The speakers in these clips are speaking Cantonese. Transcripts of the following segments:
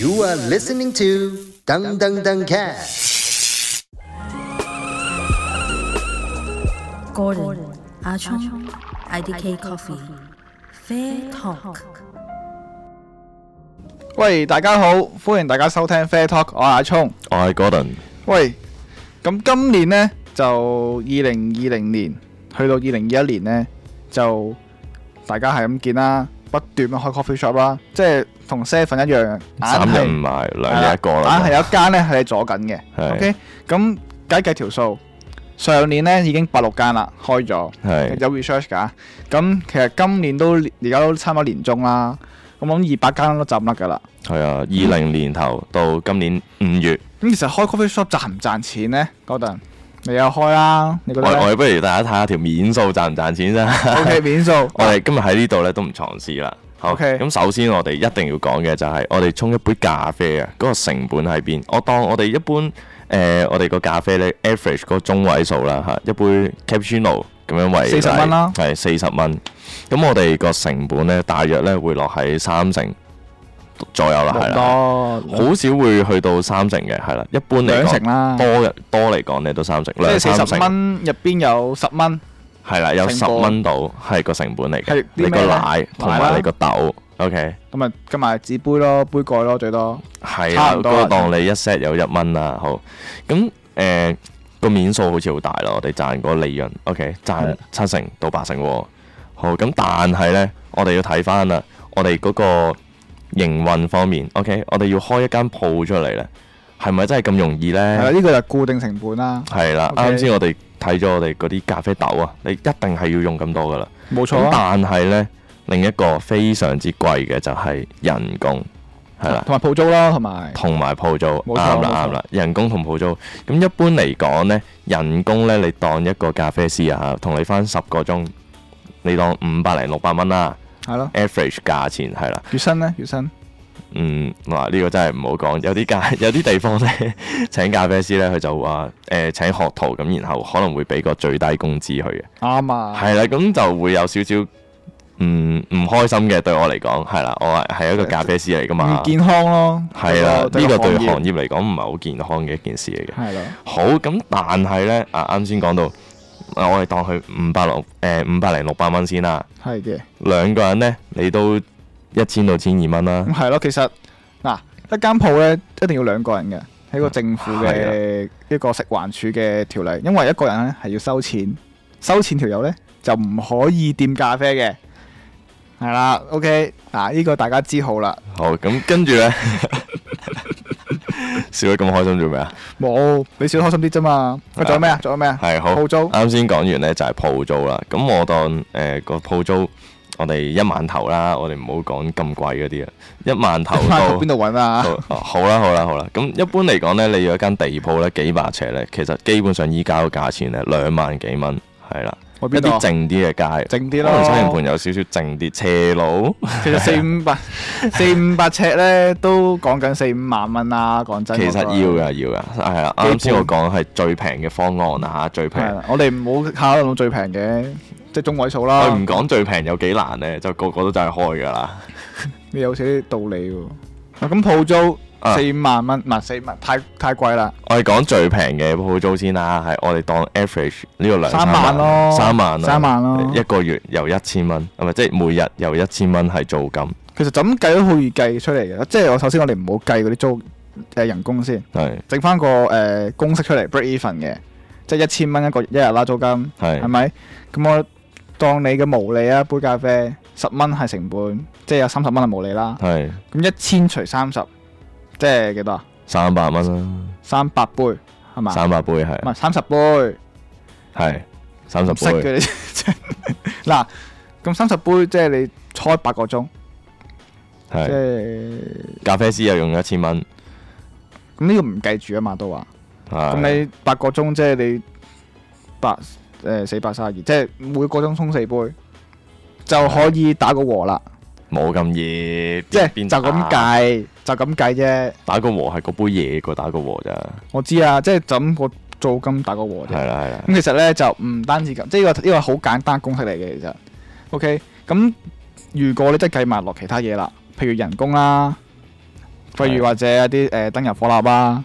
You are listening to Dung Dung Dung Cat. Gordon Ah 阿聰 IDK Coffee Fair Talk 喂，大家好，歡迎大家收聽 Fair Talk，我係阿聰。我係 Gordon，喂，咁今年呢，就二零二零年去到二零二一年呢，就大家係咁見啦，不斷咁開 coffee shop 啦，即係同 seven 一樣，硬三係日唔埋，兩日一個啦。硬啊係有一間呢係你啊阻緊嘅。係 OK，咁計計條數，上年呢已經八六間啦，開咗。係有 research 㗎。咁其實今年都而家都差唔多年中啦，咁我諗二百間都浸甩㗎啦。係啊，二零年頭到今年五月，咁其實開 coffee shop 賺唔賺錢呢？嗰陣你有開啦，你覺我得我呢哋不如大家睇下條面數賺唔賺錢啫。 ？OK 面數，我哋今日喺呢度咧都唔藏私啦。好， OK 咁首先我哋一定要講嘅就係我哋沖一杯咖啡啊，嗰個成本喺邊？我當我哋一般誒、呃我哋個咖啡咧 average 嗰個中位數啦嚇，一杯 cappuccino 咁樣為40蚊啦係四十蚊。咁我哋個成本咧，大約咧會落喺三成左右啦，係冇啦。多好少會去到三成嘅，係啦，一般嚟兩講成啦多，嘅多嚟講你都三成，即係兩四三十成蚊入邊有十蚊，係啦，有十成本蚊到係個成本嚟係啲嘅，你咩個呢奶同奶埋啦你個豆，OK，咁啊加埋紙杯咯、杯蓋咯最多。係差啦，唔嗰多啦個當你一 set 有一蚊啦，好，咁誒個面數好似好大啦，我哋賺嗰個利潤，OK，賺七成到八成喎，好，咁但係呢，我哋要睇翻啦，我哋嗰個營運方面，OK，我哋要開一間鋪出嚟呢，係咪真係咁容易係呢啦，？呢個就固定成本啦，係啦， OK 啱先我哋睇咗我哋嗰啲咖啡豆啊，你一定係要用咁多噶啦。冇錯咁啊。但係呢，另一個非常之貴嘅就係人工，係啦，同埋鋪租啦，同埋同埋鋪租，冇錯啱啦冇錯啱啦，人工同鋪租。咁一般嚟講呢，人工呢，你當一個咖啡師啊，同你翻十個鐘，你當五百零六百蚊啦係咯。 ，average 價錢係啦。月薪咧，月薪嗯，嗱呢個真係唔好講，有啲咖 有啲地方咧請咖啡師咧，佢就話誒、呃、請學徒咁，然後可能會俾個最低工資佢嘅，啱啊。係啦，咁就會有少少唔唔開心嘅對我嚟講，係啦，我係係一個咖啡師嚟噶嘛唔，健康咯。係啦，呢個行對行業業嚟講唔係好健康嘅一件事嚟嘅。係咯，好咁，但係咧啊啱先講到，啊我哋當佢五百六呃誒五百零六百蚊先啦，係嘅。兩個人咧你都一千到千二蚊啦咁。係咯，其實嗱，一間鋪咧一定要兩個人嘅，喺嗯個政府啊嘅一個食環署嘅條例，因為一個人咧係要收錢，收錢條友咧就唔可以掂咖啡嘅，係啦，OK，嗱呢個大家知好啦，好，咁跟住咧， 笑得咁開心做咩啊？冇你少開心啲啫嘛，喂仲有咩啊？仲有咩啊？係好，鋪租啱先講完咧就係鋪租啦。咁我當誒個鋪租，我哋一萬頭啦，我哋唔好講咁貴嗰啲啊，一 萬頭到邊。度揾啊？到哦好啦，好啦，好啦。咁一般嚟講咧，你有一間地鋪咧，幾百尺咧，其實基本上依家個價錢咧，兩萬幾蚊係啦。我一邊度啲啊？靜啲嘅街，靜啲可能西營咯盤，有少少靜啲斜路，其實四 五百四五百尺咧都講緊四五萬蚊啦，講真。其實我覺得要㗎，要㗎，係啊。啱先我講係最平嘅方案啊，嚇最平係。啦，我哋唔好考慮到最平嘅，即係中位數啦佢。唔講最平有幾難呢，就個個都就係開㗎啦。你有少啲道理喎。啊，咁鋪租啊四五萬蚊，唔係四五萬，太太貴啦。我哋講最平嘅鋪租先啦，係我哋當 average 呢個兩三萬咯三萬咯，三萬咯一個月由一千蚊，啊係咪即係每日由一千蚊係租金，其實就咁計都好易計出嚟嘅，即係我首先我哋唔好計嗰啲租誒、呃人工先，係整翻個誒、呃公式出嚟 break even 嘅，即係一千蚊一個一日啦租金，係係咪？咁我當你嘅毛利啊，杯咖啡十蚊係成本，即係有三十蚊係毛利啦。係咁一千除三十，即係幾多啊？三百蚊三百杯係嘛啦，？三百杯係唔係三十杯。係三十唔識杯，嘅你真係 嗱，咁三十杯即係你開八個鐘，即係係咖啡師又用一千蚊，咁呢個唔計住啊嘛，都話咁咁你八個鐘即係你八誒四百三十二，即係每個鐘沖四杯就可以打個和啦，冇咁熱，即係邊就咁打計就咁計啫。打個和係嗰杯嘢個打個和咋，我知啊，即係就咁個租金打個和啫。係啦係啦，咁其實咧就唔單止咁，即係呢個呢個好簡單公式嚟嘅其實。OK，咁如果你真係計埋落其他嘢啦，譬如人工啦，不如或者一啲誒燈油火蠟啦。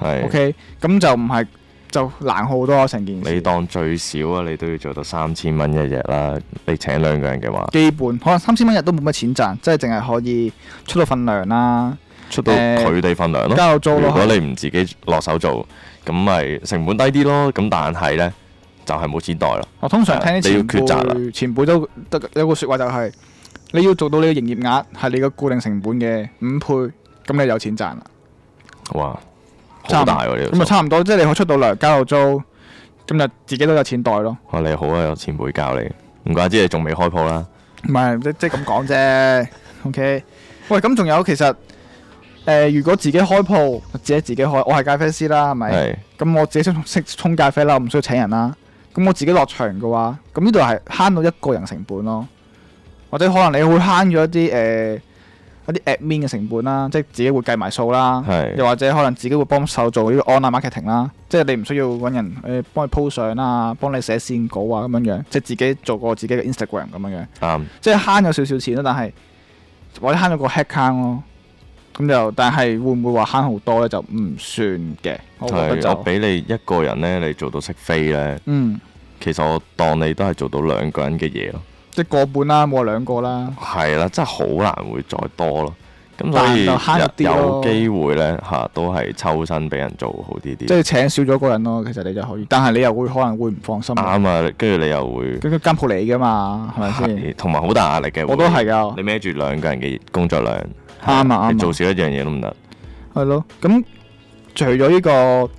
係 OK，咁就唔係就難好多成件你事。當最少啊，你都要做到三千蚊一日啦。你請兩個人嘅話，基本可能三千蚊日都冇乜錢賺，即係淨係可以出到份糧啦，出到誒佢哋份量咯。交租如咯果。你唔自己落手做，咁咪成本低啲咯。咁但係呢，就係冇錢袋啦。我通常聽啲你要前抉擇啦輩前輩都得有個説話就係、你要做到你嘅營業額係你嘅固定成本嘅五倍，咁你有錢賺啦。哇，差好唔大喎咁呢個啊，數！差唔多，即係你可以出到糧交到租，咁就自己都有錢袋咯。哇，你好啊，有前輩教你，唔怪之你仲未開鋪啦。唔係即即係咁講啫。OK，喂，咁仲有其實誒、呃如果自己開鋪，自己自己開，我係咖啡師啦，係咪？係咁我自己識識沖咖啡啦，我唔需要請人啦。咁我自己落場嘅話，咁呢度係慳到一個人成本咯，或者可能你會慳咗一啲誒、呃一啲 admin 嘅成本啦，即係自己會計埋數啦。又係或者可能自己會幫手做呢個 online marketing 啦，即係你唔需要揾人誒幫你 po 相啊，幫你寫線稿啊咁樣樣，即係自己做過自己嘅 Instagram 咁樣樣，啱，即係慳咗少少錢啦，但係或者慳咗個 head count 咯，咁就但係會唔會話慳好多咧？就唔算嘅，我覺得係我就俾你一個人呢，你做到識飛呢，嗯，其實我當你都係做到兩個人嘅嘢咯。即係個半啦，冇話兩個啦，係啦，真係好難會再多咯。咁所但以就慳咗啲有有咯機會呢，嚇、都係抽身俾人做好啲即啲。係請少咗個人咯，其實你就可以，但係你又會可能會唔放心，咁啱啊，跟住你又會佢間鋪你噶嘛，係咪先？係同埋好大壓力嘅。我都係㗎。你孭住兩個人嘅工作量，啱啊你啱啊做少一樣嘢都唔得。係咯，咁除咗呢、個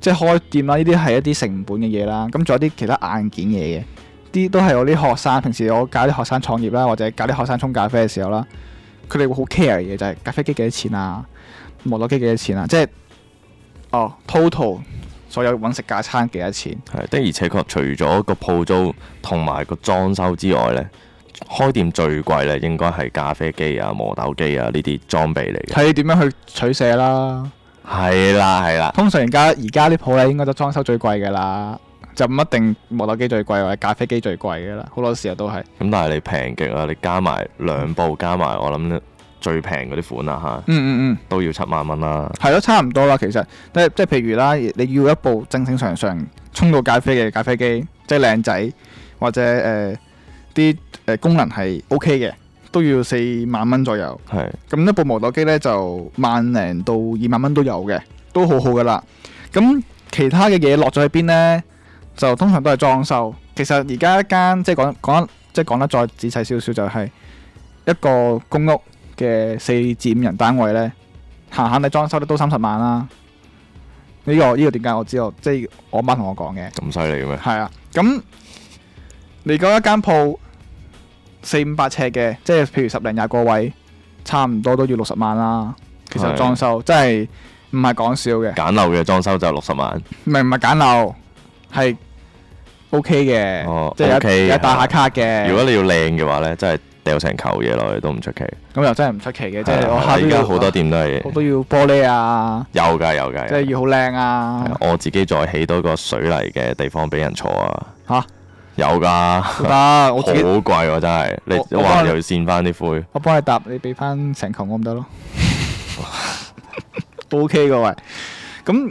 即係開店啦，呢啲係一啲成本嘅嘢啦。咁仲有啲其他硬件嘢嘅，啲都係我啲學生平時我教啲學生創業啦，或者教啲學生沖咖啡嘅時候啦，佢哋會好 care 嘅嘢就係、咖啡機幾多錢啊，磨豆機幾多錢啊，即係哦 total 所有揾食架餐幾多錢，係的，而且確除咗個鋪租同埋個裝修之外呢，開店最貴呢應該係咖啡機啊、磨豆機啊呢啲裝備嚟嘅。睇你點樣去取捨啦。係啦，係啦，通常而家而家啲鋪咧應該都裝修最貴㗎啦，就唔一定磨豆機最貴或者咖啡機最貴㗎啦，好多時候都係。咁但係你平極啊，你加埋兩部加埋，我諗最平嗰啲款啊嚇，嗯嗯嗯。都要七萬蚊啦。係咯，差唔多啦。其實即係即係譬如啦，你要一部正正常常沖到咖啡嘅咖啡機，即係靚仔或者誒啲誒功能係 O K 嘅，都要四萬蚊左右。係咁一部磨豆機呢，就萬零到二萬蚊都有嘅，都好好噶啦。咁其他嘅嘢落咗喺邊呢？就通常都係裝修。其實而家一間即係講講即係講得再仔細少少，就係一個公屋嘅四至五人單位呢，閒閒地裝修都三十萬啦。呢、個呢、個點解我知道？即係我媽同我講嘅。咁犀利嘅咩？係啊，咁你嗰一間鋪四五百尺嘅，即係譬如十零廿個位，差唔多都要六十萬啦。其實係裝修真係唔係講笑嘅，簡陋嘅裝修就六十萬。唔係唔係簡陋，係 O K 嘅，哦即係有 OK，啊有打下卡嘅。如果你要靚嘅話呢，真係掉成球嘢落去都唔出奇。咁又真係唔出奇嘅，即係係啊我係啊下都而家要好多店都係我都要玻璃啊，有㗎有㗎。即係要好靚啊，我自己再起多個水泥嘅地方俾人坐啊！嚇有噶，都得。好我自己貴喎真係，你我我哇幫你又要扇翻啲灰，我幫你答，你俾翻成球我唔 得咯。O K 噶喂，咁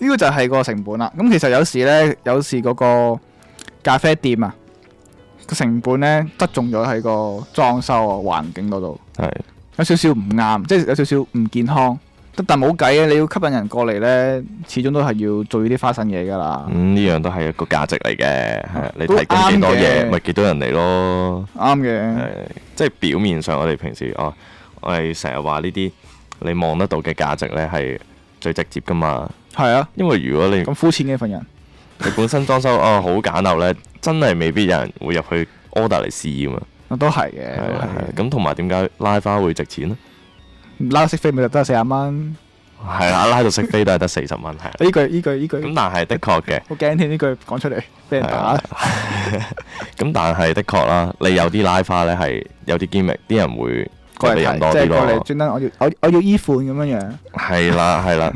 呢個就係個成本啦。咁其實有時呢，有時嗰個咖啡店啊，個成本呢，側重咗喺個裝修啊環境嗰度，係有少少唔啱，即係有少少唔健康。但但冇計啊，你要吸引人過嚟呢，始終都係要做呢啲花神嘢噶啦。咁嗯呢樣都係一個價值嚟嘅，係啊你都提供幾多啱嘢，嘅咪幾多人嚟咯。啱嘅，係即係表面上我哋平時哦，我哋成日話呢啲你望得到嘅價值呢係最直接噶嘛，係啊，因為如果你咁膚淺嘅份人，你本身裝修哦好簡陋呢，真係未必有人會入去 order 嚟試啊嘛。都係嘅，係都啊係啊係咁同埋點解拉花會值錢呢？嘅。拉色飛咪就得四十蚊。係啦，拉到識飛都係得四十蚊，係啦。啊呢句呢句呢句咁，但係的確嘅，好驚添呢句講出嚟俾人係打啊。咁但係的確啦，你有啲拉花咧係有啲 gimmick，啲人會過俾嚟人睇，多即啲係過嚟咯。專登我要我我要依款咁樣樣，係啦係啦，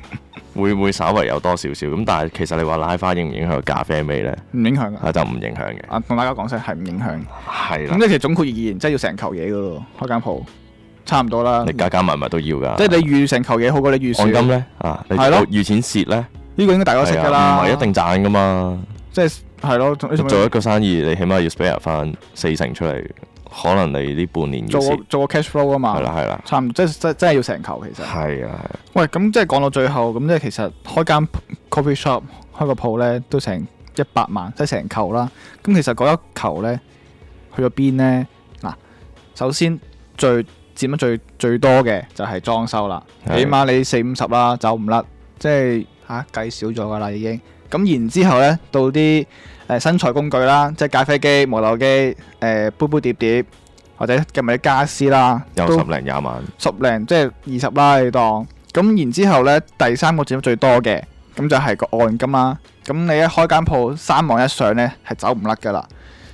會會稍微有多少少咁，但係其實你話拉花影唔影響個咖啡味咧，唔影響噶。啊就唔影響嘅，啊，同大家講聲係唔影響。係啦咁。即係其實總括而言，真係要成球嘢噶咯，開間鋪。差唔多啦你。加加埋埋都要噶。即係你預成球嘢好過你預按金算，咧啊，你係咯預錢蝕咧，呢個應該大家都識係㗎啊，啦。唔係一，定賺噶嘛。即係係咯，仲仲做一個生意，你起碼要 spare 翻四成出嚟，可能你呢半年要做蝕個。做個 cash flow 啊係嘛，啦係啦，差唔多，即係真真係要成球其實。係啊喂，咁即係講到最後，咁即係其實開間 coffee shop 開個鋪咧，都成一百萬，即係成球啦。咁其實嗰一球咧去咗邊咧？嗱，首先最佔得最最多嘅就係裝修啦，係起碼你四五十啦，走唔甩，即係嚇計少咗噶啦已經。咁然之後咧，到啲誒、呃身材工具啦，即係咖啡機、磨豆機、誒、杯杯碟碟，或者計埋啲家私啦，係，有都十零廿萬，十零即係二十啦，你當咁然之後呢，第三個佔得最多嘅，咁就係個按金啦。咁你一開間鋪三望一上呢，係走唔甩噶啦。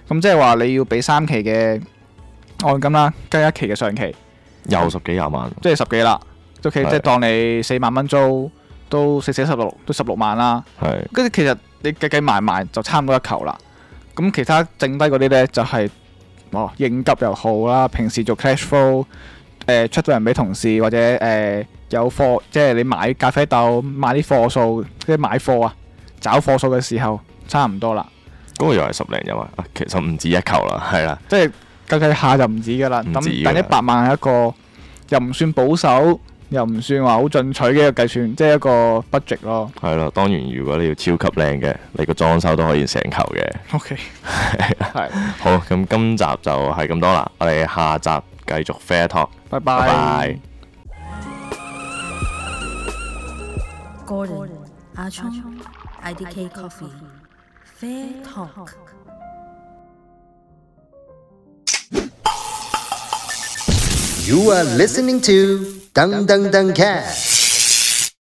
咁即係話你要俾三期嘅按金啦，加一期嘅上期，又十幾廿萬，即係十幾啦。OK，係即係當你四萬蚊租，都四四十六，都十六萬啦。係跟住其實你計計埋埋就差唔多一球啦。咁其他剩低嗰啲呢，就係、哦應急又好啦，平時做 cash flow，誒、出到人俾同事或者誒、呃有貨，即係你買咖啡豆買啲貨數，即係買貨啊，找貨數嘅時候差唔多啦，嗰個又係十零廿萬，啊其實唔止一球啦，係啦，即係計計下就唔止噶啦。唔咁止㗎但一百萬係一個又唔算保守，又唔算話好進取嘅一個計算，即係一個 budget 咯。係啦。當然如果你要超級靚嘅，你個裝修都可以成球嘅。 OK，係，好，咁今集就係咁多啦，我哋下集繼續 fair talk，拜拜拜。 Gordon, Ah Achong, IDK Coffee, Fair Talk. You are listening to Dung Dung Dung Cat.